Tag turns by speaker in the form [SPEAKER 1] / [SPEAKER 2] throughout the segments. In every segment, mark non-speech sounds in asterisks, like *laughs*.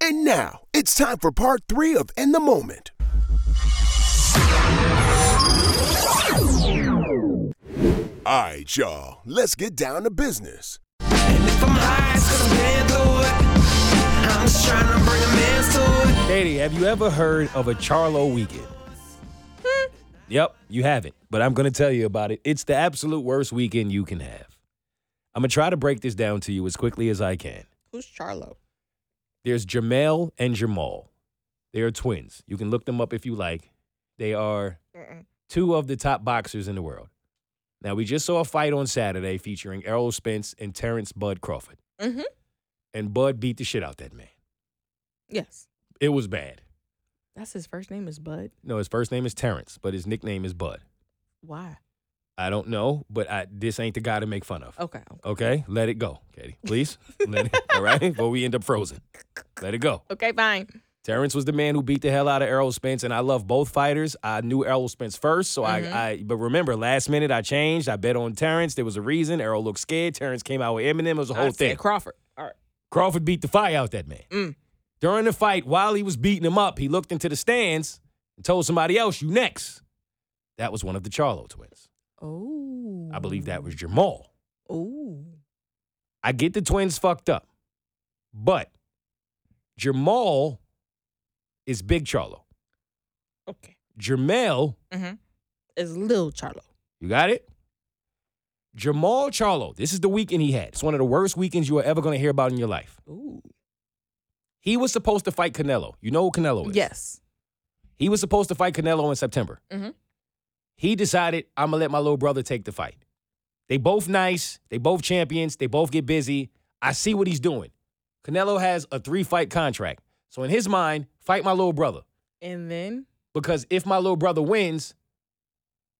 [SPEAKER 1] And now it's time for part three of In the Moment. All right, y'all, let's get down to business.
[SPEAKER 2] If I'm high, it's 'cause I'm dead to it. I'm just trying to bring a man to it.
[SPEAKER 3] Katie, have you ever heard of a Charlo weekend? yep, you haven't, but I'm going to tell you about it. It's the absolute worst weekend you can have. I'm going to try to break this down to you as quickly as I can.
[SPEAKER 4] Who's Charlo?
[SPEAKER 3] There's Jamel and Jamal. They are twins. You can look them up if you like. They are two of the top boxers in the world. Now, we just saw a fight on Saturday featuring Errol Spence and Terrence Bud Crawford.
[SPEAKER 4] Mm-hmm.
[SPEAKER 3] And Bud beat the shit out that man.
[SPEAKER 4] Yes.
[SPEAKER 3] It was bad.
[SPEAKER 4] That's his first name is Bud.
[SPEAKER 3] No, his first name is Terrence, but his nickname is Bud.
[SPEAKER 4] Why?
[SPEAKER 3] I don't know, but I, this ain't the guy to make fun of.
[SPEAKER 4] Okay.
[SPEAKER 3] Okay, let it go, Katie. Please,
[SPEAKER 4] *laughs*
[SPEAKER 3] let it, all right. Before we end up frozen, let it go.
[SPEAKER 4] Okay, fine.
[SPEAKER 3] Terrence was the man who beat the hell out of Errol Spence, and I love both fighters. I knew Errol Spence first, so
[SPEAKER 4] Mm-hmm.
[SPEAKER 3] I, I. But remember, last minute I changed. I bet on Terrence. There was a reason. Errol looked scared. Terrence came out with Eminem. It was a whole
[SPEAKER 4] I said
[SPEAKER 3] thing.
[SPEAKER 4] Crawford. All right.
[SPEAKER 3] Crawford beat the fire out that man.
[SPEAKER 4] Mm.
[SPEAKER 3] During the fight, while he was beating him up, he looked into the stands and told somebody else, "You next." That was one of the Charlo twins.
[SPEAKER 4] Oh.
[SPEAKER 3] I believe that was Jamal.
[SPEAKER 4] Oh.
[SPEAKER 3] I get the twins fucked up, but Jamal is Big Charlo.
[SPEAKER 4] Okay.
[SPEAKER 3] Jamel,
[SPEAKER 4] Mm-hmm. It's Lil Charlo.
[SPEAKER 3] you got it? Jamal Charlo, this is the weekend he had. It's one of the worst weekends you are ever going to hear about in your life.
[SPEAKER 4] Ooh.
[SPEAKER 3] He was supposed to fight Canelo. You know who Canelo is?
[SPEAKER 4] Yes.
[SPEAKER 3] He was supposed to fight Canelo in September.
[SPEAKER 4] Mhm.
[SPEAKER 3] He decided, I'm going to let my little brother take the fight. They both nice. They both champions. They both get busy. I see what he's doing. Canelo has a three fight contract. So in his mind, fight my little brother.
[SPEAKER 4] And then.
[SPEAKER 3] Because if my little brother wins,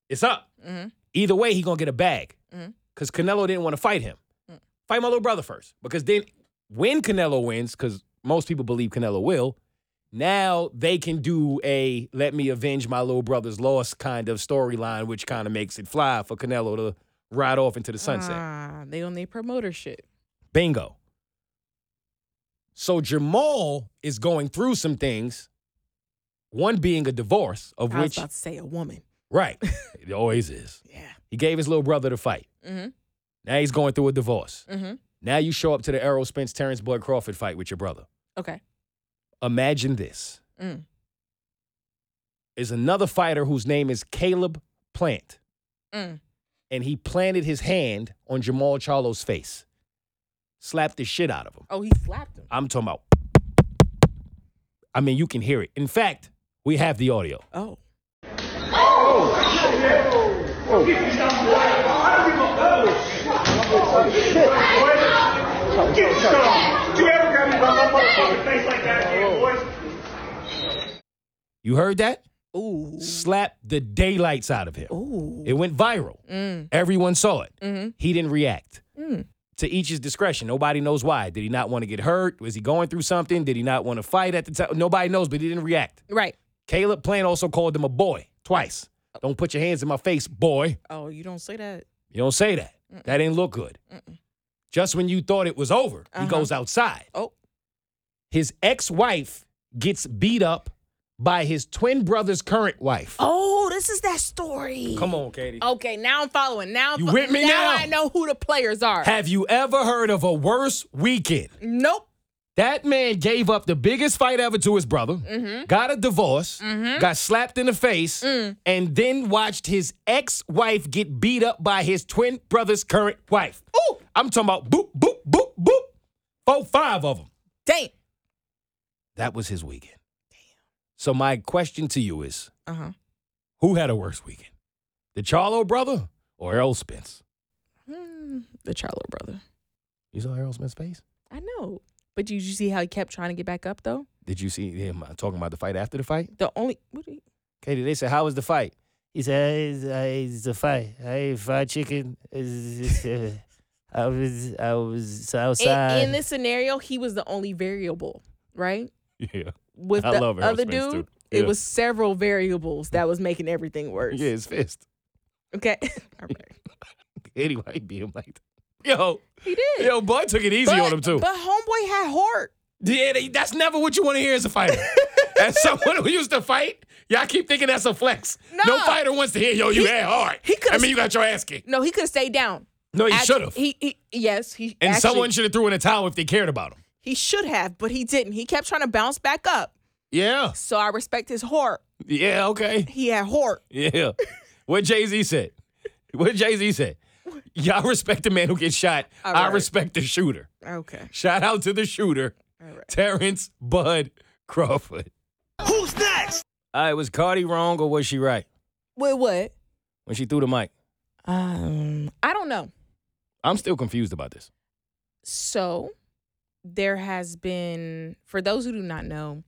[SPEAKER 3] it's up.
[SPEAKER 4] Mm-hmm.
[SPEAKER 3] Either way, he going to get a bag.
[SPEAKER 4] Mhm.
[SPEAKER 3] Because Canelo didn't want to fight him.
[SPEAKER 4] Mm.
[SPEAKER 3] Fight my little brother first. Because then when Canelo wins, because most people believe Canelo will, now they can do a let me avenge my little brother's loss kind of storyline, which kind of makes it fly for Canelo to ride off into the sunset.
[SPEAKER 4] Ah, they don't need promoter shit.
[SPEAKER 3] Bingo. So Jamal is going through some things, one being a divorce, of
[SPEAKER 4] I was
[SPEAKER 3] which,
[SPEAKER 4] about to say a woman.
[SPEAKER 3] right, it always is.
[SPEAKER 4] Yeah.
[SPEAKER 3] He gave his little brother the fight.
[SPEAKER 4] Mm-hmm.
[SPEAKER 3] Now he's going through a divorce.
[SPEAKER 4] Mm-hmm.
[SPEAKER 3] Now you show up to the Errol Spence Terrence Bud Crawford fight with your brother.
[SPEAKER 4] Okay.
[SPEAKER 3] Imagine this
[SPEAKER 4] Mm.
[SPEAKER 3] is another fighter whose name is Caleb Plant,
[SPEAKER 4] Mm.
[SPEAKER 3] and he planted his hand on Jamal Charlo's face, slapped the shit out of him.
[SPEAKER 4] Oh, he slapped him.
[SPEAKER 3] I'm talking about. I mean, you can hear it. In fact, we have the audio.
[SPEAKER 4] Oh.
[SPEAKER 5] Get some. You ever got me by my motherfucking face like that again, boys?
[SPEAKER 3] You heard that?
[SPEAKER 4] Ooh.
[SPEAKER 3] Slap the daylights out of him.
[SPEAKER 4] Ooh.
[SPEAKER 3] It went viral.
[SPEAKER 4] Mm.
[SPEAKER 3] Everyone saw it.
[SPEAKER 4] Mhm.
[SPEAKER 3] He didn't react.
[SPEAKER 4] Mm.
[SPEAKER 3] To each his discretion. Nobody knows why. Did he not want to get hurt? Was he going through something? Did he not want to fight at the time? Nobody knows, but he didn't react.
[SPEAKER 4] Right.
[SPEAKER 3] Caleb Plant also called him a boy twice. Don't put your hands in my face, boy.
[SPEAKER 4] Oh, you don't say that.
[SPEAKER 3] You don't say that. That didn't look good. Just when you thought it was over,
[SPEAKER 4] Uh-huh.
[SPEAKER 3] he goes outside.
[SPEAKER 4] Oh.
[SPEAKER 3] His ex wife gets beat up by his twin brother's current wife.
[SPEAKER 4] Oh, this is that story.
[SPEAKER 3] Come on, Katie.
[SPEAKER 4] Okay, now I'm following. Now I'm
[SPEAKER 3] You
[SPEAKER 4] fo-
[SPEAKER 3] with me now?
[SPEAKER 4] I know who the players are.
[SPEAKER 3] Have you ever heard of a worse weekend?
[SPEAKER 4] nope.
[SPEAKER 3] That man gave up the biggest fight ever to his brother, got a divorce, got slapped in the face, and then watched his ex wife get beat up by his twin brother's current wife. Ooh, I'm talking about boop, boop, boop, boop. Four, five of them.
[SPEAKER 4] Damn.
[SPEAKER 3] That was his weekend. So, my question to you is
[SPEAKER 4] Uh huh.
[SPEAKER 3] who had a worse weekend? The Charlo brother or Errol Spence?
[SPEAKER 4] Hmm, The Charlo brother.
[SPEAKER 3] You saw Errol Spence's face?
[SPEAKER 4] I know. But did you see how he kept trying to get back up though?
[SPEAKER 3] Did you see him uh, talking about the fight after the fight?
[SPEAKER 4] The only what do you-
[SPEAKER 3] Katie, they said, How was the fight?
[SPEAKER 6] He said, I, I it's a fight. I ate fried chicken. It's- it's, uh, I was, I was outside.
[SPEAKER 4] in, in this scenario, he was the only variable, right?
[SPEAKER 3] *laughs* Yeah.
[SPEAKER 4] With
[SPEAKER 3] I
[SPEAKER 4] the
[SPEAKER 3] love Errol
[SPEAKER 4] other
[SPEAKER 3] Spence,
[SPEAKER 4] dude,
[SPEAKER 3] too.
[SPEAKER 4] it
[SPEAKER 3] Yeah.
[SPEAKER 4] was several variables that was making everything worse.
[SPEAKER 3] Yeah, his fist. *laughs*
[SPEAKER 4] Okay. *laughs* All right.
[SPEAKER 3] Anyway, beat him like that. Yo,
[SPEAKER 4] He did.
[SPEAKER 3] yo, Bud took it easy
[SPEAKER 4] but,
[SPEAKER 3] on him too.
[SPEAKER 4] But homeboy had heart.
[SPEAKER 3] Yeah, they- that's never what you want to hear as a
[SPEAKER 4] *laughs*
[SPEAKER 3] fighter. as someone who used to fight, y'all keep thinking that's a flex. No,
[SPEAKER 4] No.
[SPEAKER 3] fighter wants to hear, yo, you had hard.
[SPEAKER 4] he
[SPEAKER 3] I
[SPEAKER 4] could've-
[SPEAKER 3] mean, you got your ass kicked.
[SPEAKER 4] No, he could have stayed down.
[SPEAKER 3] No, he
[SPEAKER 4] Actu-
[SPEAKER 3] should have.
[SPEAKER 4] He, he yes, he
[SPEAKER 3] And
[SPEAKER 4] actually-
[SPEAKER 3] someone should have threw in a towel if they cared about him.
[SPEAKER 4] he should have, but he didn't. He kept trying to bounce back up.
[SPEAKER 3] Yeah.
[SPEAKER 4] So I respect his heart.
[SPEAKER 3] Yeah, okay.
[SPEAKER 4] He had heart.
[SPEAKER 3] Yeah. What Jay Z said. What Jay Z said. Y'all respect the man who gets shot.
[SPEAKER 4] All
[SPEAKER 3] I
[SPEAKER 4] right.
[SPEAKER 3] respect the shooter.
[SPEAKER 4] Okay.
[SPEAKER 3] Shout out to the shooter,
[SPEAKER 4] All right.
[SPEAKER 3] Terrence Bud Crawford.
[SPEAKER 2] Who's next?
[SPEAKER 3] All right, was Cardi wrong or was she right
[SPEAKER 4] Wait, what?
[SPEAKER 3] when she threw the mic?
[SPEAKER 4] Um, I don't know.
[SPEAKER 3] I'm still confused about this.
[SPEAKER 4] So there has been for those who do not know,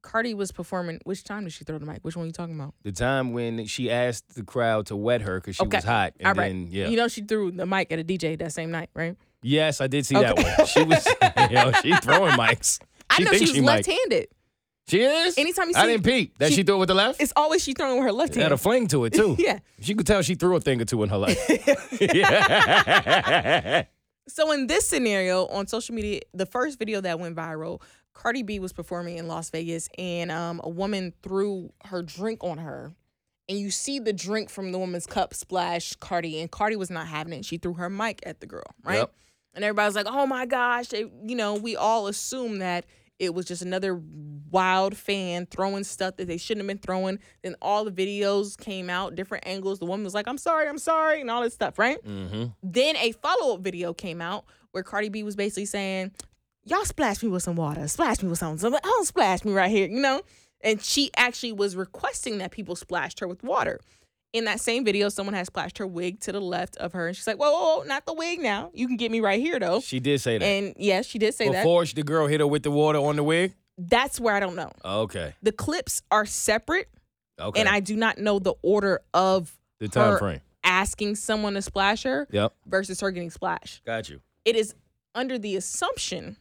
[SPEAKER 4] Cardi was performing. Which time did she throw the mic? Which one are you talking about?
[SPEAKER 3] The time when she asked the crowd to wet her because she
[SPEAKER 4] Okay.
[SPEAKER 3] was hot. And
[SPEAKER 4] All right.
[SPEAKER 3] then, yeah.
[SPEAKER 4] You know she threw the mic at a DJ that same night, right?
[SPEAKER 3] yes, I did see
[SPEAKER 4] Okay.
[SPEAKER 3] that one. She was, *laughs* yo, she throwing mics.
[SPEAKER 4] I
[SPEAKER 3] She
[SPEAKER 4] know she
[SPEAKER 3] thinks
[SPEAKER 4] was
[SPEAKER 3] she mic.
[SPEAKER 4] left-handed.
[SPEAKER 3] She is?
[SPEAKER 4] Anytime you
[SPEAKER 3] I
[SPEAKER 4] see-
[SPEAKER 3] didn't peep. That she,
[SPEAKER 4] she-
[SPEAKER 3] threw it with the left?
[SPEAKER 4] It's always she throwing with her left
[SPEAKER 3] It had
[SPEAKER 4] hand.
[SPEAKER 3] a fling to it, too.
[SPEAKER 4] *laughs* yeah.
[SPEAKER 3] She could tell she threw a thing or two in her life. yeah.
[SPEAKER 4] So in this scenario on social media, the first video that went viral, Cardi B was performing in Las Vegas and um, a woman threw her drink on her. And you see the drink from the woman's cup splash Cardi, and Cardi was not having it. She threw her mic at the girl, *laughs* right?
[SPEAKER 3] Yep.
[SPEAKER 4] And everybody's like, "Oh my gosh!" They, you know, we all assume that it was just another wild fan throwing stuff that they shouldn't have been throwing. Then all the videos came out, different angles. The woman was like, "I'm sorry, I'm sorry," and all this stuff, right?
[SPEAKER 3] Mm-hmm.
[SPEAKER 4] Then a follow up video came out where Cardi B was basically saying, Y'all splash me with some water, splash me with something, something, don't splash me right here, you know? And she actually was requesting that people splashed her with water. In that same video, someone had splashed her wig to the left of her, and she's like, Whoa, whoa, whoa, not the wig now. You can get me right here, though.
[SPEAKER 3] She did say that.
[SPEAKER 4] And yes, she did say
[SPEAKER 3] Before she- the girl hit her with the water on the wig?
[SPEAKER 4] that. That's where I don't know.
[SPEAKER 3] Okay.
[SPEAKER 4] The clips are separate,
[SPEAKER 3] Okay.
[SPEAKER 4] and I do not know the order of
[SPEAKER 3] the time
[SPEAKER 4] her
[SPEAKER 3] frame.
[SPEAKER 4] asking someone to splash her
[SPEAKER 3] Yep.
[SPEAKER 4] versus her getting splashed.
[SPEAKER 3] Got you.
[SPEAKER 4] it is under the assumption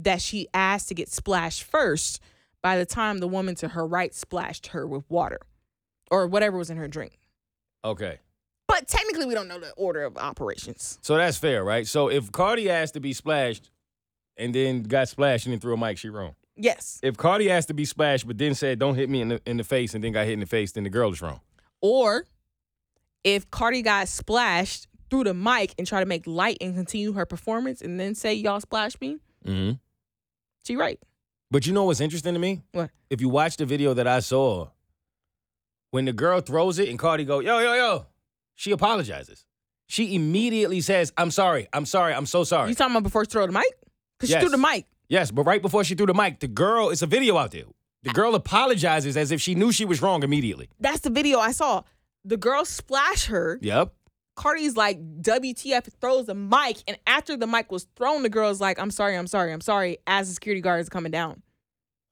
[SPEAKER 4] that she asked to get splashed first by the time the woman to her right splashed her with water or whatever was in her drink.
[SPEAKER 3] Okay.
[SPEAKER 4] But technically, we don't know the order of operations.
[SPEAKER 3] So that's fair, right? So if Cardi asked to be splashed and then got splashed and then threw a mic, she wrong.
[SPEAKER 4] Yes.
[SPEAKER 3] If Cardi asked to be splashed but then said, don't hit me in the, in the face and then got hit in the face, then the girl is wrong.
[SPEAKER 4] Or if Cardi got splashed through the mic and try to make light and continue her performance and then say, Y'all splash me,
[SPEAKER 3] Mm-hmm.
[SPEAKER 4] she right.
[SPEAKER 3] But you know what's interesting to me?
[SPEAKER 4] What?
[SPEAKER 3] If you watch the video that I saw, when the girl throws it and Cardi go, yo, yo, yo, she apologizes. She immediately says, I'm sorry, I'm sorry, I'm so sorry.
[SPEAKER 4] You talking about before she throw the mic? Because
[SPEAKER 3] Yes.
[SPEAKER 4] she threw the mic.
[SPEAKER 3] yes, but right before she threw the mic, the girl, it's a video out there. The girl apologizes as if she knew she was wrong immediately.
[SPEAKER 4] That's the video I saw. The girl splash her.
[SPEAKER 3] Yep.
[SPEAKER 4] Cardi's like WTF throws the mic, and after the mic was thrown, the girl's like, "I'm sorry, I'm sorry, I'm sorry." As the security guard is coming down,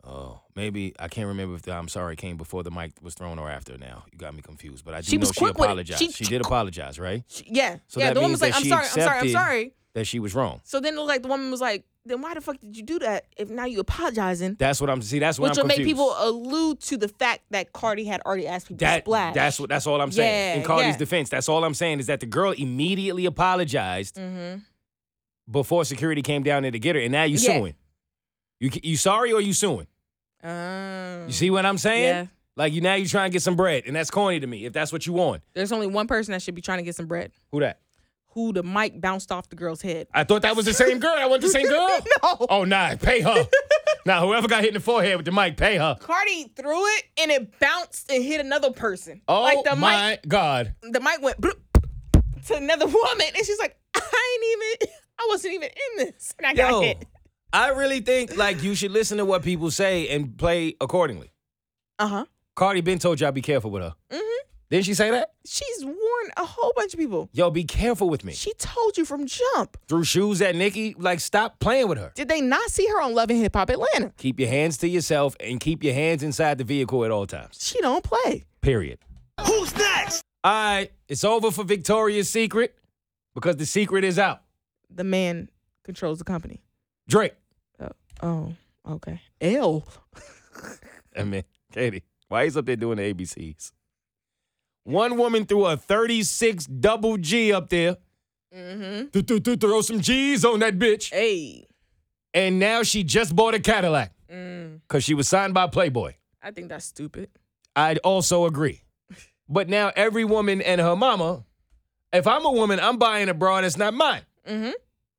[SPEAKER 3] Oh, maybe I can't remember if the I'm sorry came before the mic was thrown or after now. You got me confused, but I do
[SPEAKER 4] She
[SPEAKER 3] know
[SPEAKER 4] was
[SPEAKER 3] she
[SPEAKER 4] quick with it.
[SPEAKER 3] apologized.
[SPEAKER 4] She-
[SPEAKER 3] She, did apologize, right?
[SPEAKER 4] she, yeah,
[SPEAKER 3] So
[SPEAKER 4] yeah.
[SPEAKER 3] that
[SPEAKER 4] The woman
[SPEAKER 3] means
[SPEAKER 4] was like,
[SPEAKER 3] that
[SPEAKER 4] "I'm
[SPEAKER 3] she
[SPEAKER 4] sorry, I'm sorry, I'm
[SPEAKER 3] accepted-
[SPEAKER 4] sorry."
[SPEAKER 3] That she was wrong.
[SPEAKER 4] So then it looked like the woman was like, "Then why the fuck did you do that? If now you apologizing."
[SPEAKER 3] That's what I'm see, that's what
[SPEAKER 4] Which
[SPEAKER 3] I'm
[SPEAKER 4] will make
[SPEAKER 3] confused.
[SPEAKER 4] people allude to the fact that Cardi had already asked people to
[SPEAKER 3] That
[SPEAKER 4] splash.
[SPEAKER 3] that's what that's all I'm saying.
[SPEAKER 4] Yeah,
[SPEAKER 3] In Cardi's
[SPEAKER 4] yeah.
[SPEAKER 3] defense, that's all I'm saying is that the girl immediately apologized
[SPEAKER 4] Mm-hmm.
[SPEAKER 3] before security came down there to get her, and now you
[SPEAKER 4] Yeah.
[SPEAKER 3] suing. You ca- you sorry or you suing?
[SPEAKER 4] Oh.
[SPEAKER 3] You see what I'm saying?
[SPEAKER 4] Yeah.
[SPEAKER 3] Like you now you trying to get some bread, and that's corny to me. If that's what you want,
[SPEAKER 4] There's only one person that should be trying to get some bread.
[SPEAKER 3] who that?
[SPEAKER 4] Who the mic bounced off the girl's head.
[SPEAKER 3] I thought that was the same girl. I want the
[SPEAKER 4] *laughs*
[SPEAKER 3] same girl.
[SPEAKER 4] No.
[SPEAKER 3] Oh nah, pay
[SPEAKER 4] *laughs*
[SPEAKER 3] her. now whoever got hit in the forehead with the mic, pay her.
[SPEAKER 4] Cardi threw it and it bounced and hit another person.
[SPEAKER 3] Oh
[SPEAKER 4] like the mic
[SPEAKER 3] my God.
[SPEAKER 4] the mic went bloop to another woman, and she's like, "I ain't even, I wasn't even in this." And I got
[SPEAKER 3] Yo,
[SPEAKER 4] hit.
[SPEAKER 3] I really think like you should listen to what people say and play accordingly.
[SPEAKER 4] Uh huh.
[SPEAKER 3] Cardi been told y'all be careful with her. Mm-hmm. Didn't she say that?
[SPEAKER 4] She's warned a whole bunch of people.
[SPEAKER 3] Yo, be careful with me.
[SPEAKER 4] She told you from jump.
[SPEAKER 3] Threw shoes at Nikki. Like, stop playing with her.
[SPEAKER 4] Did they not see her on Love and Hip Hop Atlanta?
[SPEAKER 3] Keep your hands to yourself and keep your hands inside the vehicle at all times.
[SPEAKER 4] She don't play.
[SPEAKER 3] Period.
[SPEAKER 2] Who's next?
[SPEAKER 3] All right, it's over for Victoria's Secret because the secret is out.
[SPEAKER 4] The man controls the company.
[SPEAKER 3] Drake.
[SPEAKER 4] Oh, okay. L.
[SPEAKER 3] I mean, Katie, why he's up there doing the ABCs? One woman threw a 36 double G up there.
[SPEAKER 4] Mm-hmm.
[SPEAKER 3] Th- th- th- Throw some G's on that bitch.
[SPEAKER 4] Hey.
[SPEAKER 3] and now she just bought a Cadillac because she was signed by Playboy.
[SPEAKER 4] I think that's stupid.
[SPEAKER 3] I'd also agree. But now every woman and her mama, if I'm a woman, I'm buying a bra that's not mine.
[SPEAKER 4] Mhm.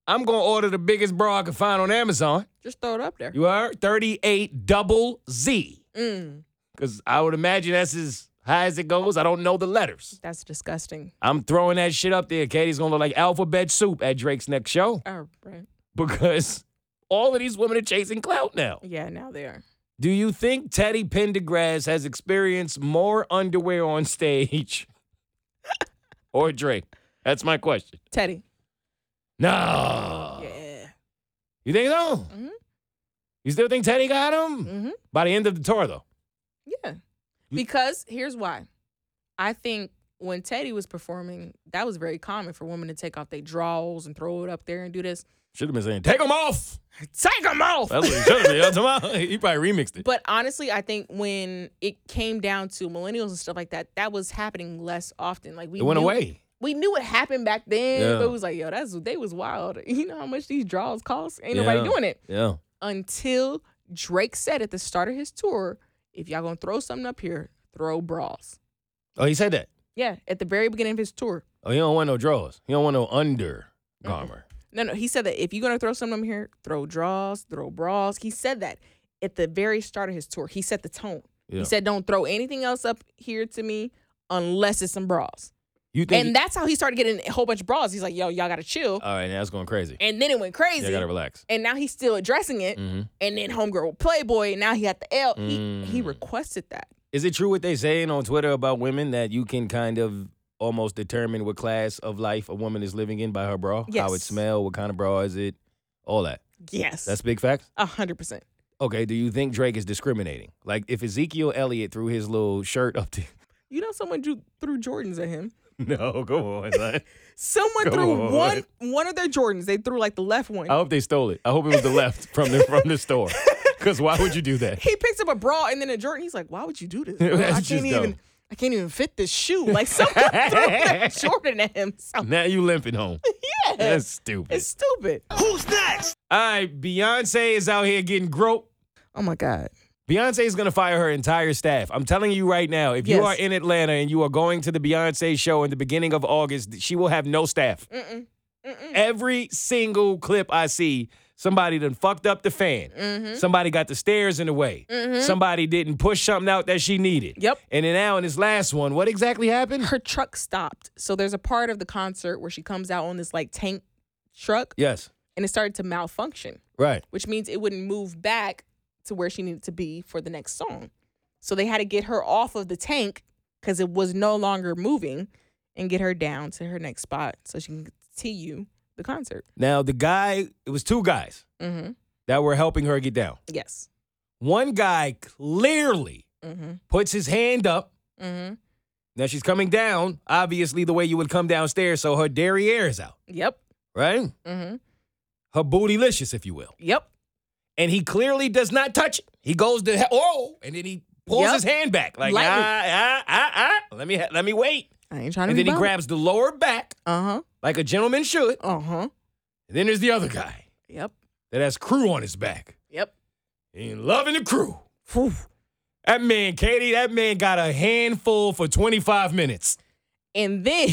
[SPEAKER 3] I'm gonna order the biggest bra I can find on Amazon.
[SPEAKER 4] Just throw it up there.
[SPEAKER 3] You are 38 double Z.
[SPEAKER 4] Mm,
[SPEAKER 3] Cause I would imagine that's as high as it goes. I don't know the letters.
[SPEAKER 4] that's disgusting.
[SPEAKER 3] I'm throwing that shit up there. Katie's gonna look like alphabet soup at Drake's next show *laughs*
[SPEAKER 4] All Oh, right.
[SPEAKER 3] because all of these women are chasing clout now.
[SPEAKER 4] Yeah, now they are.
[SPEAKER 3] Do you think Teddy Pendergrass has experienced more underwear on stage *laughs* or Drake? That's my question.
[SPEAKER 4] Teddy.
[SPEAKER 3] No.
[SPEAKER 4] Yeah.
[SPEAKER 3] You think so?
[SPEAKER 4] Mhm.
[SPEAKER 3] You still think Teddy got him?
[SPEAKER 4] Mhm.
[SPEAKER 3] By the end of the tour, though.
[SPEAKER 4] Yeah. Because here's why. I think when Teddy was performing, that was very common for women to take off their drawers and throw it up there and do this.
[SPEAKER 3] Should have been saying, take him off.
[SPEAKER 4] Take them off.
[SPEAKER 3] That's what he should have been. *laughs* That's what I- he probably remixed it.
[SPEAKER 4] But honestly, I think when it came down to millennials and stuff like that, that was happening less often. Like we
[SPEAKER 3] it went
[SPEAKER 4] knew-
[SPEAKER 3] away.
[SPEAKER 4] We knew it happened back then,
[SPEAKER 3] Yeah.
[SPEAKER 4] but it was like, yo, that's they was wild. *laughs* You know how much these draws cost? Ain't nobody
[SPEAKER 3] Yeah.
[SPEAKER 4] doing it
[SPEAKER 3] Yeah.
[SPEAKER 4] until Drake said at the start of his tour, if y'all gonna throw something up here, throw bras.
[SPEAKER 3] Oh, he said that.
[SPEAKER 4] Yeah, at the very beginning of his tour.
[SPEAKER 3] Oh, he don't want no drawers. He don't want no under
[SPEAKER 4] Mm-hmm.
[SPEAKER 3] garment.
[SPEAKER 4] No, no, he said that if you're gonna throw something up here, throw draws, throw bras. He said that at the very start of his tour. He set the tone.
[SPEAKER 3] Yeah.
[SPEAKER 4] He said, "Don't throw anything else up here to me unless it's some bras."
[SPEAKER 3] You think?
[SPEAKER 4] And that's how he started getting a whole bunch of bras. He's like, "Yo, y'all gotta chill."
[SPEAKER 3] all right, now it's going crazy.
[SPEAKER 4] And then it went
[SPEAKER 3] Uh, Yeah,
[SPEAKER 4] crazy.
[SPEAKER 3] I gotta relax.
[SPEAKER 4] and now he's still addressing it.
[SPEAKER 3] hmm
[SPEAKER 4] And then Homegirl Playboy. And now he got the L. He, he
[SPEAKER 3] Mm.
[SPEAKER 4] requested that.
[SPEAKER 3] Is it true what they saying on Twitter about women that you can kind of almost determine what class of life a woman is living in by her bra? How it
[SPEAKER 4] Yes.
[SPEAKER 3] smell, what kind of bra is it, all that.
[SPEAKER 4] Yes,
[SPEAKER 3] That's big facts.
[SPEAKER 4] a hundred percent.
[SPEAKER 3] Okay, do you think Drake is discriminating? Like if Ezekiel Elliott threw his little shirt up to *laughs*
[SPEAKER 4] You know, someone drew, threw Jordans at him.
[SPEAKER 3] No, come on. son.
[SPEAKER 4] Someone
[SPEAKER 3] Come
[SPEAKER 4] threw
[SPEAKER 3] on.
[SPEAKER 4] one one of their Jordans. They threw like the left one.
[SPEAKER 3] I hope they stole it. I hope it was the left from the from the
[SPEAKER 4] *laughs*
[SPEAKER 3] store. Cause why would you do that?
[SPEAKER 4] he picks up a bra and then a Jordan. He's like, "Why would you do this?
[SPEAKER 3] *laughs*
[SPEAKER 4] bro?
[SPEAKER 3] That's
[SPEAKER 4] I can't
[SPEAKER 3] just
[SPEAKER 4] even.
[SPEAKER 3] dumb.
[SPEAKER 4] I can't even fit this shoe." Like someone *laughs* threw that
[SPEAKER 3] *laughs*
[SPEAKER 4] Jordan at him. *laughs* So
[SPEAKER 3] Now you limping home.
[SPEAKER 4] yeah,
[SPEAKER 3] That's stupid.
[SPEAKER 4] it's stupid.
[SPEAKER 3] All right, Beyonce is out here getting groped.
[SPEAKER 4] Oh my god.
[SPEAKER 3] Beyonce is going to fire her entire staff. I'm telling you right now, if you
[SPEAKER 4] Yes.
[SPEAKER 3] are in Atlanta and you are going to the Beyonce show in the beginning of August, she will have no staff.
[SPEAKER 4] Mm-mm.
[SPEAKER 3] Every single clip I see, somebody done fucked up the fan.
[SPEAKER 4] Mm-hmm.
[SPEAKER 3] Somebody got the stairs in the way. Somebody didn't push something out that she needed.
[SPEAKER 4] Yep.
[SPEAKER 3] And then now in this last one, what exactly happened?
[SPEAKER 4] Her truck stopped. So there's a part of the concert where she comes out on this like tank truck
[SPEAKER 3] Yes.
[SPEAKER 4] and it started to malfunction,
[SPEAKER 3] Right.
[SPEAKER 4] which means it wouldn't move back to where she needed to be for the next song. So they had to get her off of the tank because it was no longer moving and get her down to her next spot so she can continue the concert.
[SPEAKER 3] Now the guy, it was two guys
[SPEAKER 4] Mm-hmm.
[SPEAKER 3] that were helping her get down.
[SPEAKER 4] Yes.
[SPEAKER 3] One guy clearly
[SPEAKER 4] Mm-hmm.
[SPEAKER 3] puts his hand up
[SPEAKER 4] Mm-hmm.
[SPEAKER 3] Now she's coming down, obviously the way you would come downstairs, so her derriere is out,
[SPEAKER 4] Yep.
[SPEAKER 3] right?
[SPEAKER 4] Mm-hmm.
[SPEAKER 3] Her bootylicious, if you will.
[SPEAKER 4] Yep.
[SPEAKER 3] And he clearly does not touch it. He goes to he- oh, and then he pulls
[SPEAKER 4] Yep.
[SPEAKER 3] his hand back like
[SPEAKER 4] Lightly.
[SPEAKER 3] ah, ah ah ah. Let me ha- let me wait.
[SPEAKER 4] I ain't trying to
[SPEAKER 3] And
[SPEAKER 4] be
[SPEAKER 3] then he grabs the lower back
[SPEAKER 4] Uh huh.
[SPEAKER 3] like a gentleman should.
[SPEAKER 4] Uh huh.
[SPEAKER 3] And then there's the other guy
[SPEAKER 4] Yep.
[SPEAKER 3] that has crew on his back.
[SPEAKER 4] Yep.
[SPEAKER 3] He ain't loving the crew. Phew. That man, Katie, that man got a handful for 25 minutes.
[SPEAKER 4] And then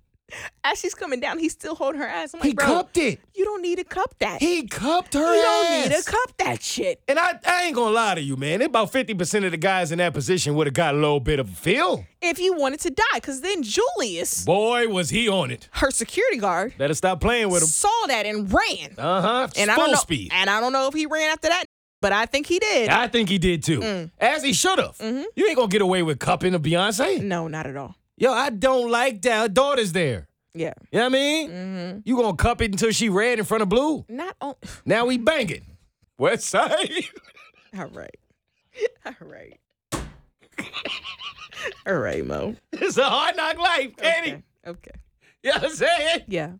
[SPEAKER 4] *laughs* as she's coming down, he's still holding her ass. I'm like,
[SPEAKER 3] he
[SPEAKER 4] bro,
[SPEAKER 3] cupped it.
[SPEAKER 4] you don't need to cup that.
[SPEAKER 3] He cupped her
[SPEAKER 4] you
[SPEAKER 3] ass.
[SPEAKER 4] don't need to cup that shit.
[SPEAKER 3] And I, I ain't gonna lie to you, man. About 50% of the guys in that position would have got a little bit of a feel.
[SPEAKER 4] If you wanted to die, because then Julius,
[SPEAKER 3] Boy, was he on it.
[SPEAKER 4] her security guard,
[SPEAKER 3] Better stop playing with him.
[SPEAKER 4] saw that and ran.
[SPEAKER 3] Uh huh. Full
[SPEAKER 4] and I don't know,
[SPEAKER 3] speed.
[SPEAKER 4] And I don't know if he ran after that, but I think he did.
[SPEAKER 3] I think he did too.
[SPEAKER 4] Mm.
[SPEAKER 3] As he should have.
[SPEAKER 4] Mm-hmm.
[SPEAKER 3] You ain't gonna get away with cupping a Beyonce.
[SPEAKER 4] no, not at all.
[SPEAKER 3] Yo, I don't like that. Her daughter's there.
[SPEAKER 4] Yeah.
[SPEAKER 3] You know what I mean?
[SPEAKER 4] Mm-hmm.
[SPEAKER 3] You gonna cup it until she red in front of blue.
[SPEAKER 4] Not on.
[SPEAKER 3] Now we banging. West side.
[SPEAKER 4] All right. *laughs* All right. *laughs* all right, Mo.
[SPEAKER 3] *laughs* it's a hard knock life, Katie.
[SPEAKER 4] Okay. okay.
[SPEAKER 3] You know what I'm saying?
[SPEAKER 4] Yeah.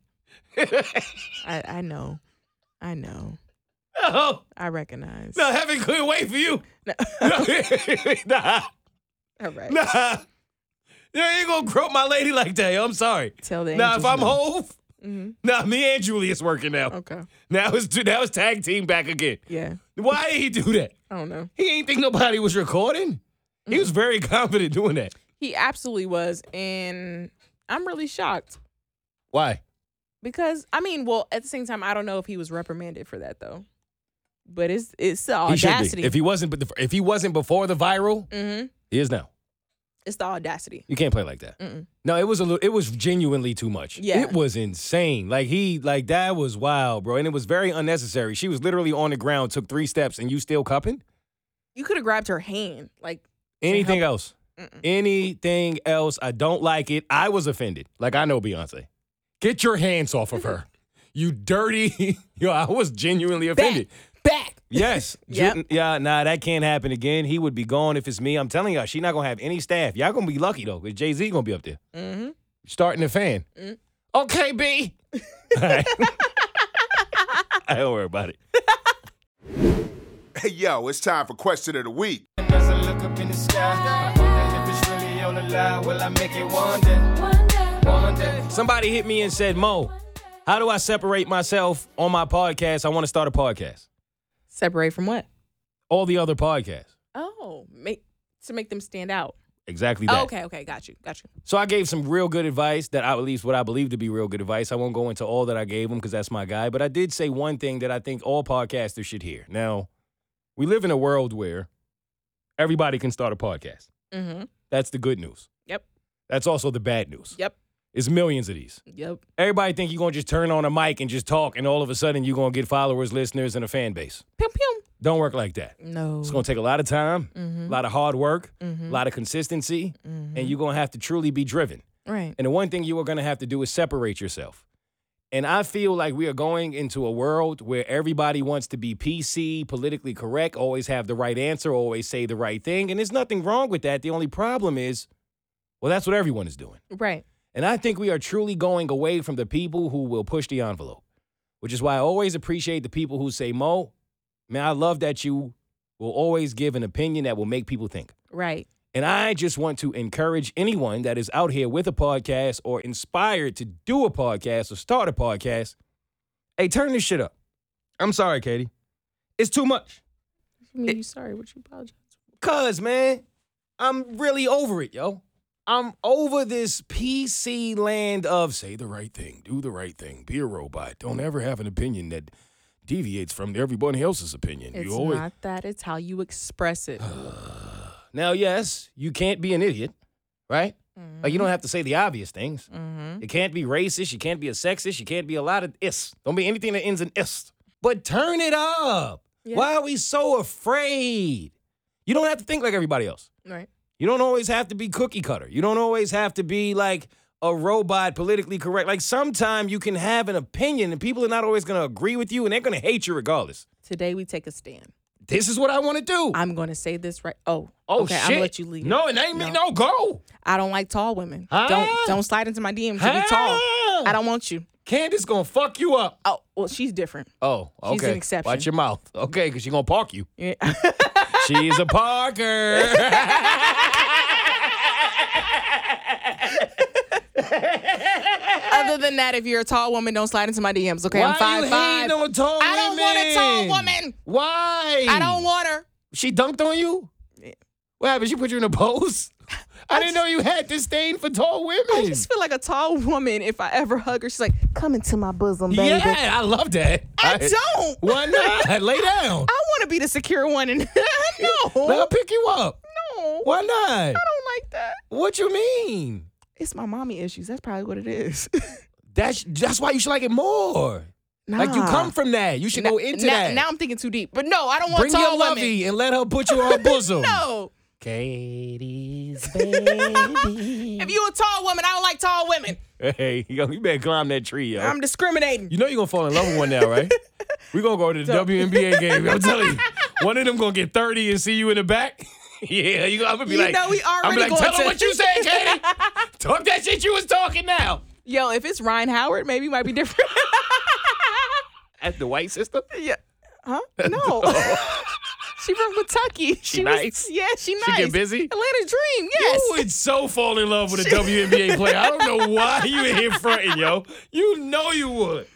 [SPEAKER 4] I, I know. I know.
[SPEAKER 3] Oh,
[SPEAKER 4] I recognize.
[SPEAKER 3] no, heaven couldn't wait for you.
[SPEAKER 4] No.
[SPEAKER 3] *laughs* nah.
[SPEAKER 4] All right.
[SPEAKER 3] Nah. You ain't gonna grope my lady like that. yo. I'm sorry.
[SPEAKER 4] Tell the
[SPEAKER 3] Now,
[SPEAKER 4] angels
[SPEAKER 3] if I'm
[SPEAKER 4] no. Mm-hmm.
[SPEAKER 3] Hove, Nah, me and Julius working now.
[SPEAKER 4] Okay.
[SPEAKER 3] Now it's now it's tag team back again.
[SPEAKER 4] Yeah.
[SPEAKER 3] Why did he do that?
[SPEAKER 4] I don't know.
[SPEAKER 3] He ain't think nobody was recording. He
[SPEAKER 4] Mm-hmm.
[SPEAKER 3] was very confident doing that.
[SPEAKER 4] He absolutely was, and I'm really shocked
[SPEAKER 3] Why?
[SPEAKER 4] because I mean, well, at the same time, I don't know if he was reprimanded for that though. But it's it's the
[SPEAKER 3] He should be.
[SPEAKER 4] audacity. Mm-hmm.
[SPEAKER 3] If he wasn't, but the- if he wasn't before the viral, he is now.
[SPEAKER 4] it's the audacity.
[SPEAKER 3] You can't play like that. No, it was a little. It was genuinely too much.
[SPEAKER 4] Yeah.
[SPEAKER 3] it was insane. Like he, like that was wild, bro, and it was very unnecessary. She was literally on the ground, took three steps, and you still cupping.
[SPEAKER 4] You could have grabbed her hand, like
[SPEAKER 3] Anything else? Anything else? I don't like it. I was offended. Like I know Beyonce. Get your hands off of her. You dirty. *laughs* Yo, I was genuinely offended.
[SPEAKER 4] back.
[SPEAKER 3] Yes. Ju-
[SPEAKER 4] Yep.
[SPEAKER 3] Yeah, nah, that can't happen again. He would be gone if it's me. I'm telling y'all, she not gonna have any staff. Y'all gonna be lucky though, because Jay Z gonna be up there. Mm-hmm. Starting the fan. Okay, B. *laughs* All right. I don't worry about it.
[SPEAKER 1] Hey, yo, it's time for question of the week.
[SPEAKER 7] As I look up in the sky, I wonder if it's really on the line. Will I make it one day? One day.
[SPEAKER 3] Somebody hit me and said, Mo, how do I separate myself on my podcast? I want to start a podcast.
[SPEAKER 4] Separate from what?
[SPEAKER 3] All the other podcasts.
[SPEAKER 4] Oh, make to make them stand out.
[SPEAKER 3] Exactly
[SPEAKER 4] Oh,
[SPEAKER 3] that.
[SPEAKER 4] okay, okay, got you, got you.
[SPEAKER 3] So I gave some real good advice that I, at least what I believe to be real good advice. I won't go into all that I gave him because that's my guy. But I did say one thing that I think all podcasters should hear. Now, we live in a world where everybody can start a podcast.
[SPEAKER 4] Mm-hmm.
[SPEAKER 3] That's the good news.
[SPEAKER 4] Yep.
[SPEAKER 3] That's also the bad news.
[SPEAKER 4] Yep.
[SPEAKER 3] It's millions of these.
[SPEAKER 4] Yep.
[SPEAKER 3] Everybody think you're gonna just turn on a mic and just talk, and all of a sudden you're gonna get followers, listeners, and a fan base.
[SPEAKER 4] Pew pew.
[SPEAKER 3] Don't work like that.
[SPEAKER 4] No.
[SPEAKER 3] It's gonna take a lot of time, a lot of hard work, a lot of consistency, and you're gonna have to truly be driven.
[SPEAKER 4] Right.
[SPEAKER 3] And the one thing you are going to have to do is separate yourself. And I feel like we are going into a world where everybody wants to be PC, politically correct, always have the right answer, always say the right thing. And there's nothing wrong with that. The only problem is, well, that's what everyone is doing.
[SPEAKER 4] Right.
[SPEAKER 3] And I think we are truly going away from the people who will push the envelope, which is why I always appreciate the people who say, Mo, man, I love that you will always give an opinion that will make people think.
[SPEAKER 4] Right.
[SPEAKER 3] And I just want to encourage anyone that is out here with a podcast or inspired to do a podcast or start a podcast. Hey, turn this shit up. I'm sorry, Katie. It's too much.
[SPEAKER 4] I mean, you sorry? What you apologize?
[SPEAKER 3] Cuz, man, I'm really over it, yo. I'm over this PC land of say the right thing, do the right thing, be a robot. Don't ever have an opinion that deviates from everybody else's opinion.
[SPEAKER 4] It's
[SPEAKER 3] you always
[SPEAKER 4] not that. It's how you
[SPEAKER 3] *sighs*
[SPEAKER 4] express it.
[SPEAKER 3] Now, yes, you can't be an idiot, right? Like
[SPEAKER 4] Mm-hmm.
[SPEAKER 3] you don't have to say the obvious things. You can't be racist. You can't be a sexist. You can't be a lot of is. Don't be anything that ends in ist. But turn it up.
[SPEAKER 4] Yeah.
[SPEAKER 3] Why are we so afraid? You don't have to think like everybody else.
[SPEAKER 4] right.
[SPEAKER 3] You don't always have to be cookie cutter. You don't always have to be like a robot, politically correct. Like sometimes you can have an opinion, and people are not always going to agree with you, and they're going to hate you regardless.
[SPEAKER 4] Today we take a stand.
[SPEAKER 3] This is what I want to do.
[SPEAKER 4] I'm going to say this right. Oh.
[SPEAKER 3] oh
[SPEAKER 4] okay,
[SPEAKER 3] shit!
[SPEAKER 4] I'm gonna let you leave.
[SPEAKER 3] No, it ain't me. No, go.
[SPEAKER 4] I don't like tall women.
[SPEAKER 3] Huh?
[SPEAKER 4] Don't don't slide into my DMs. You be tall.
[SPEAKER 3] Huh?
[SPEAKER 4] I don't want you.
[SPEAKER 3] Candace gonna fuck you up.
[SPEAKER 4] Oh, well, she's different.
[SPEAKER 3] Oh, okay.
[SPEAKER 4] She's an exception.
[SPEAKER 3] Watch your mouth. Okay, because she's gonna park *laughs* you.
[SPEAKER 4] Yeah. *laughs*
[SPEAKER 3] She's a parker.
[SPEAKER 4] Other than that, if you're a tall woman, don't slide into my DMs. Okay,
[SPEAKER 3] Why
[SPEAKER 4] I'm five
[SPEAKER 3] you
[SPEAKER 4] five.
[SPEAKER 3] hating on tall
[SPEAKER 4] I don't want a tall
[SPEAKER 3] women?
[SPEAKER 4] woman.
[SPEAKER 3] Why?
[SPEAKER 4] I don't want her.
[SPEAKER 3] She dunked on you? What happened? She put you in a
[SPEAKER 4] *laughs*
[SPEAKER 3] pose? I, didn't know you had disdain for tall
[SPEAKER 4] I
[SPEAKER 3] women.
[SPEAKER 4] just feel like a tall woman if I ever hug her. She's like, come into my bosom, baby.
[SPEAKER 3] Yeah, I love that.
[SPEAKER 4] I don't.
[SPEAKER 3] Why not? Lay down.
[SPEAKER 4] I want to be the secure one, and *laughs* no,
[SPEAKER 3] Let her
[SPEAKER 4] no,
[SPEAKER 3] pick you up.
[SPEAKER 4] I
[SPEAKER 3] Why not?
[SPEAKER 4] don't like that.
[SPEAKER 3] What you mean?
[SPEAKER 4] It's my mommy issues. That's probably what it is. *laughs*
[SPEAKER 3] That's that's why you should like it more. Like you
[SPEAKER 4] Nah.
[SPEAKER 3] come from that. You should
[SPEAKER 4] Now-
[SPEAKER 3] go into
[SPEAKER 4] now,
[SPEAKER 3] that.
[SPEAKER 4] Now I'm thinking too deep. But no, I don't want
[SPEAKER 3] Bring
[SPEAKER 4] tall
[SPEAKER 3] your
[SPEAKER 4] women.
[SPEAKER 3] lovey and let her put you on her bosom.
[SPEAKER 4] *laughs* No,
[SPEAKER 6] Katie's baby.
[SPEAKER 4] if you a tall woman, I don't like tall women.
[SPEAKER 3] Hey, yo, you better climb that tree, yo.
[SPEAKER 4] I'm discriminating.
[SPEAKER 3] you know you're gonna fall in love with one now,
[SPEAKER 4] *laughs*
[SPEAKER 3] right? We're gonna go to the WNBA game. I'm telling you. One of them gonna get 30 and see you in the back. *laughs* yeah, you I'm gonna be
[SPEAKER 4] You
[SPEAKER 3] like,
[SPEAKER 4] know we
[SPEAKER 3] I'm
[SPEAKER 4] already
[SPEAKER 3] like, tell
[SPEAKER 4] going
[SPEAKER 3] her
[SPEAKER 4] to-
[SPEAKER 3] what you
[SPEAKER 4] *laughs*
[SPEAKER 3] said, Katie. Talk that shit you was talking now.
[SPEAKER 4] Yo, if it's Ryan Howard, maybe it might be different. *laughs*
[SPEAKER 3] At the white system?
[SPEAKER 4] *laughs* yeah. Huh? No. She from Kentucky. She,
[SPEAKER 3] nice.
[SPEAKER 4] Was, yeah, she nice.
[SPEAKER 3] She get busy?
[SPEAKER 4] Atlanta Dream. Yes.
[SPEAKER 3] You would so fall in love with
[SPEAKER 4] *laughs*
[SPEAKER 3] a WNBA player. I don't know why you in here fronting, yo. You know you would.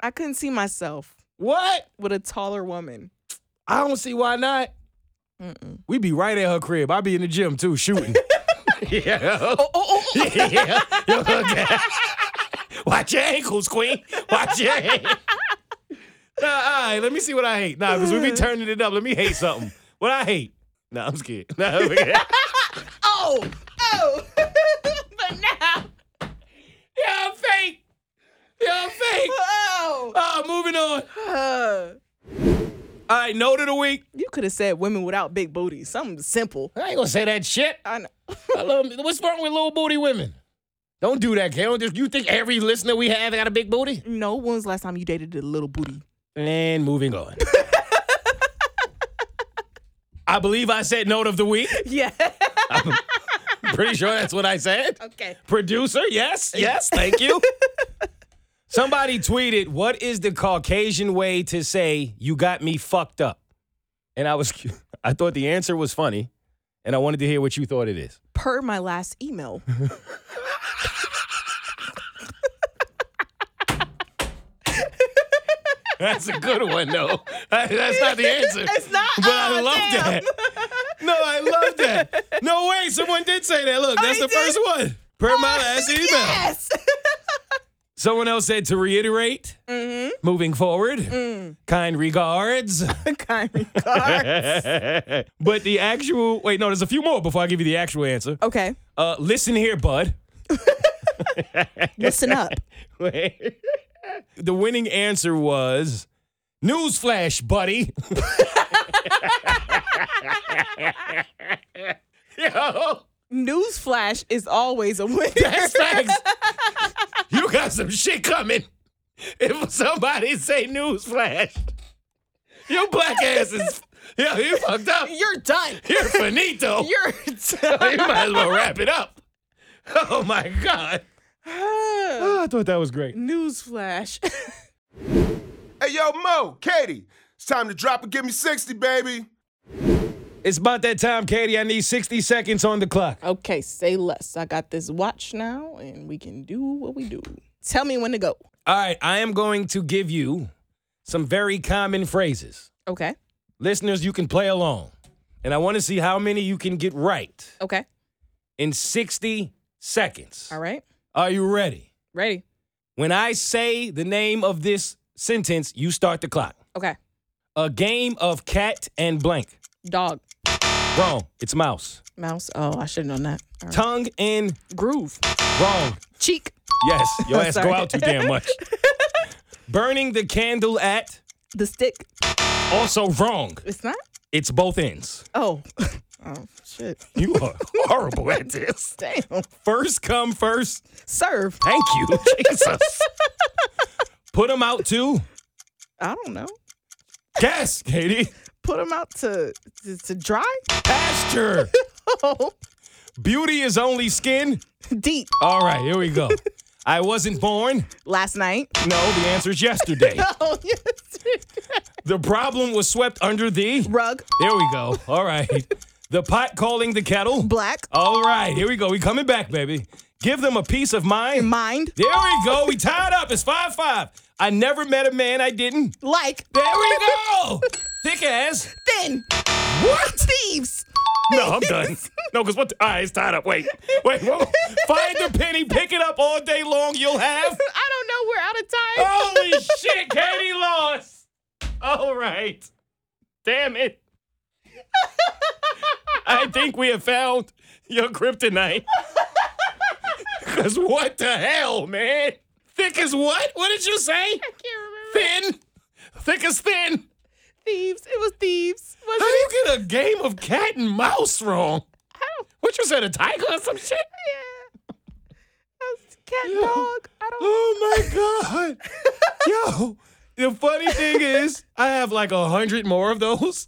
[SPEAKER 4] I couldn't see myself
[SPEAKER 3] What?
[SPEAKER 4] with a taller woman.
[SPEAKER 3] I don't see why not. we be right at her crib. I be in the gym too, shooting. yeah. yeah. Yo, okay. Watch your ankles, queen. Watch your ankles. Nah, all right, let me see what I hate. Nah, because we be turning it up. Let me hate something. What I hate. Nah, I'm scared. *laughs* Nah, okay.
[SPEAKER 4] Oh, oh. *laughs* but now,
[SPEAKER 3] yeah, I'm fake. Yeah, I'm fake.
[SPEAKER 4] oh.
[SPEAKER 3] Uh, moving on.
[SPEAKER 4] Uh,
[SPEAKER 3] All right, note of the week.
[SPEAKER 4] you could have said women without big booties. Something simple.
[SPEAKER 3] I ain't gonna say that shit.
[SPEAKER 4] I know.
[SPEAKER 3] I love, what's wrong with little booty women? Don't do that, Carol. Just you think every listener we have got a big booty?
[SPEAKER 4] No, when's the last time you dated a little booty?
[SPEAKER 3] And moving on. *laughs* I believe I said note of the week.
[SPEAKER 4] Yeah.
[SPEAKER 3] Pretty sure that's what I said.
[SPEAKER 4] okay.
[SPEAKER 3] Producer, yes, yes, thank you. Somebody tweeted, "What is the Caucasian way to say you got me fucked up?" And I was, cu- *laughs* I thought the answer was funny, and I wanted to hear what you thought it is.
[SPEAKER 4] Per my last email.
[SPEAKER 3] That's a good one, though. *laughs* That's not the answer.
[SPEAKER 4] It's not.
[SPEAKER 3] But I
[SPEAKER 4] Oh,
[SPEAKER 3] love
[SPEAKER 4] damn.
[SPEAKER 3] that. No, I love that. No way, someone did say that. Look, that's
[SPEAKER 4] Oh, he
[SPEAKER 3] the
[SPEAKER 4] did? Oh,
[SPEAKER 3] first one. Per my
[SPEAKER 4] *laughs*
[SPEAKER 3] last email.
[SPEAKER 4] Yes.
[SPEAKER 3] Someone else said to reiterate,
[SPEAKER 4] Mm-hmm.
[SPEAKER 3] moving forward,
[SPEAKER 4] Mm.
[SPEAKER 3] kind regards.
[SPEAKER 4] kind regards.
[SPEAKER 3] but the actual, wait, no, there's a few more before I give you the actual answer.
[SPEAKER 4] Okay.
[SPEAKER 3] Uh, listen here, bud.
[SPEAKER 4] Listen up.
[SPEAKER 3] Wait. *laughs* the winning answer was newsflash, buddy. *laughs* Yo,
[SPEAKER 4] Newsflash is always a win.
[SPEAKER 3] that's
[SPEAKER 4] *laughs*
[SPEAKER 3] facts. you got some shit coming. If somebody say newsflash, your black ass is yo, you fucked up.
[SPEAKER 4] You're done.
[SPEAKER 3] You're finito. *laughs* you
[SPEAKER 4] *laughs* You're
[SPEAKER 3] might as well wrap it up. Oh my god.
[SPEAKER 4] done.
[SPEAKER 3] Oh, I thought that was great.
[SPEAKER 4] *laughs* Newsflash. *laughs*
[SPEAKER 1] Hey, yo, Mo, Katie, it's time to drop and give me 60, baby.
[SPEAKER 3] It's about that time, Katie. I need 60 seconds on the clock.
[SPEAKER 4] okay, say less. I got this watch now and we can do what we do. Tell me when to go.
[SPEAKER 3] All right, I am going to give you some very common phrases.
[SPEAKER 4] Okay.
[SPEAKER 3] Listeners, you can play along. And I want to see how many you can get right
[SPEAKER 4] Okay.
[SPEAKER 3] in 60 seconds.
[SPEAKER 4] All right.
[SPEAKER 3] Are you ready?
[SPEAKER 4] Ready.
[SPEAKER 3] When I say the name of this sentence, you start the clock.
[SPEAKER 4] Okay.
[SPEAKER 3] A game of cat and blank.
[SPEAKER 4] Dog.
[SPEAKER 3] Wrong. It's mouse.
[SPEAKER 4] Mouse. Oh, I should have known that. All right.
[SPEAKER 3] Tongue in
[SPEAKER 4] Groove.
[SPEAKER 3] wrong.
[SPEAKER 4] Cheek.
[SPEAKER 3] Yes,
[SPEAKER 4] *laughs*
[SPEAKER 3] your ass go
[SPEAKER 4] Sorry.
[SPEAKER 3] out too damn
[SPEAKER 4] *laughs*
[SPEAKER 3] much. Burning the candle at
[SPEAKER 4] The stick.
[SPEAKER 3] also wrong.
[SPEAKER 4] It's not?
[SPEAKER 3] It's both ends.
[SPEAKER 4] Oh. *laughs* oh, shit. *laughs*
[SPEAKER 3] You are horrible at this.
[SPEAKER 4] Damn.
[SPEAKER 3] First come first.
[SPEAKER 4] Serve.
[SPEAKER 3] Thank you, *laughs* Jesus. Put them out too.
[SPEAKER 4] I don't know.
[SPEAKER 3] Yes, Katie.
[SPEAKER 4] Put them out to, to, to dry.
[SPEAKER 3] Pasture.
[SPEAKER 4] Oh.
[SPEAKER 3] Beauty is only skin.
[SPEAKER 4] Deep.
[SPEAKER 3] All right, here we go. I wasn't born.
[SPEAKER 4] Last night.
[SPEAKER 3] No, the answer is yesterday.
[SPEAKER 4] Oh, yes.
[SPEAKER 3] The problem was swept under the.
[SPEAKER 4] *laughs* Rug.
[SPEAKER 3] Here we go. All right. The pot calling the kettle.
[SPEAKER 4] Black.
[SPEAKER 3] All right, here we go. We coming back, baby. Give them a piece of mind.
[SPEAKER 4] Mind.
[SPEAKER 3] There we go. We tied up. It's Five, five. I never met a man I didn't.
[SPEAKER 4] Like.
[SPEAKER 3] There we go. Thick ass.
[SPEAKER 4] Thin.
[SPEAKER 3] What?
[SPEAKER 4] Thieves.
[SPEAKER 3] No, I'm done. No, because what? The, all right, it's tied up. Wait, wait. whoa. Find the penny, pick it up all day long. You'll have.
[SPEAKER 4] *laughs* I don't know. We're out of time.
[SPEAKER 3] Holy shit, Katie lost. All right. Damn it. I think we have found your kryptonite. Because what the hell, man? Thick as what? What did you say?
[SPEAKER 4] can't remember.
[SPEAKER 3] Thin? Thick as thin.
[SPEAKER 4] Thieves. It was thieves. Was
[SPEAKER 3] How do you get a game of cat and mouse wrong? What you said, a tiger or some shit?
[SPEAKER 4] Yeah. That was cat and dog. I
[SPEAKER 3] *gasps* Oh my
[SPEAKER 4] don't.
[SPEAKER 3] god. *laughs* Yo, the funny thing is, I have like a hundred more of those.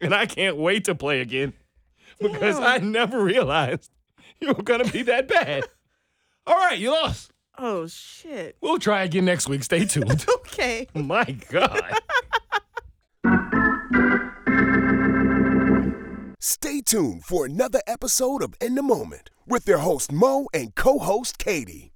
[SPEAKER 3] And I can't wait to play again. Because I never realized you were gonna be that bad. All right, you lost.
[SPEAKER 4] Oh shit.
[SPEAKER 3] We'll try again next week. Stay tuned.
[SPEAKER 4] Okay.
[SPEAKER 3] my God.
[SPEAKER 1] tuned for another episode of In the Moment with their host Mo and co-host Katie.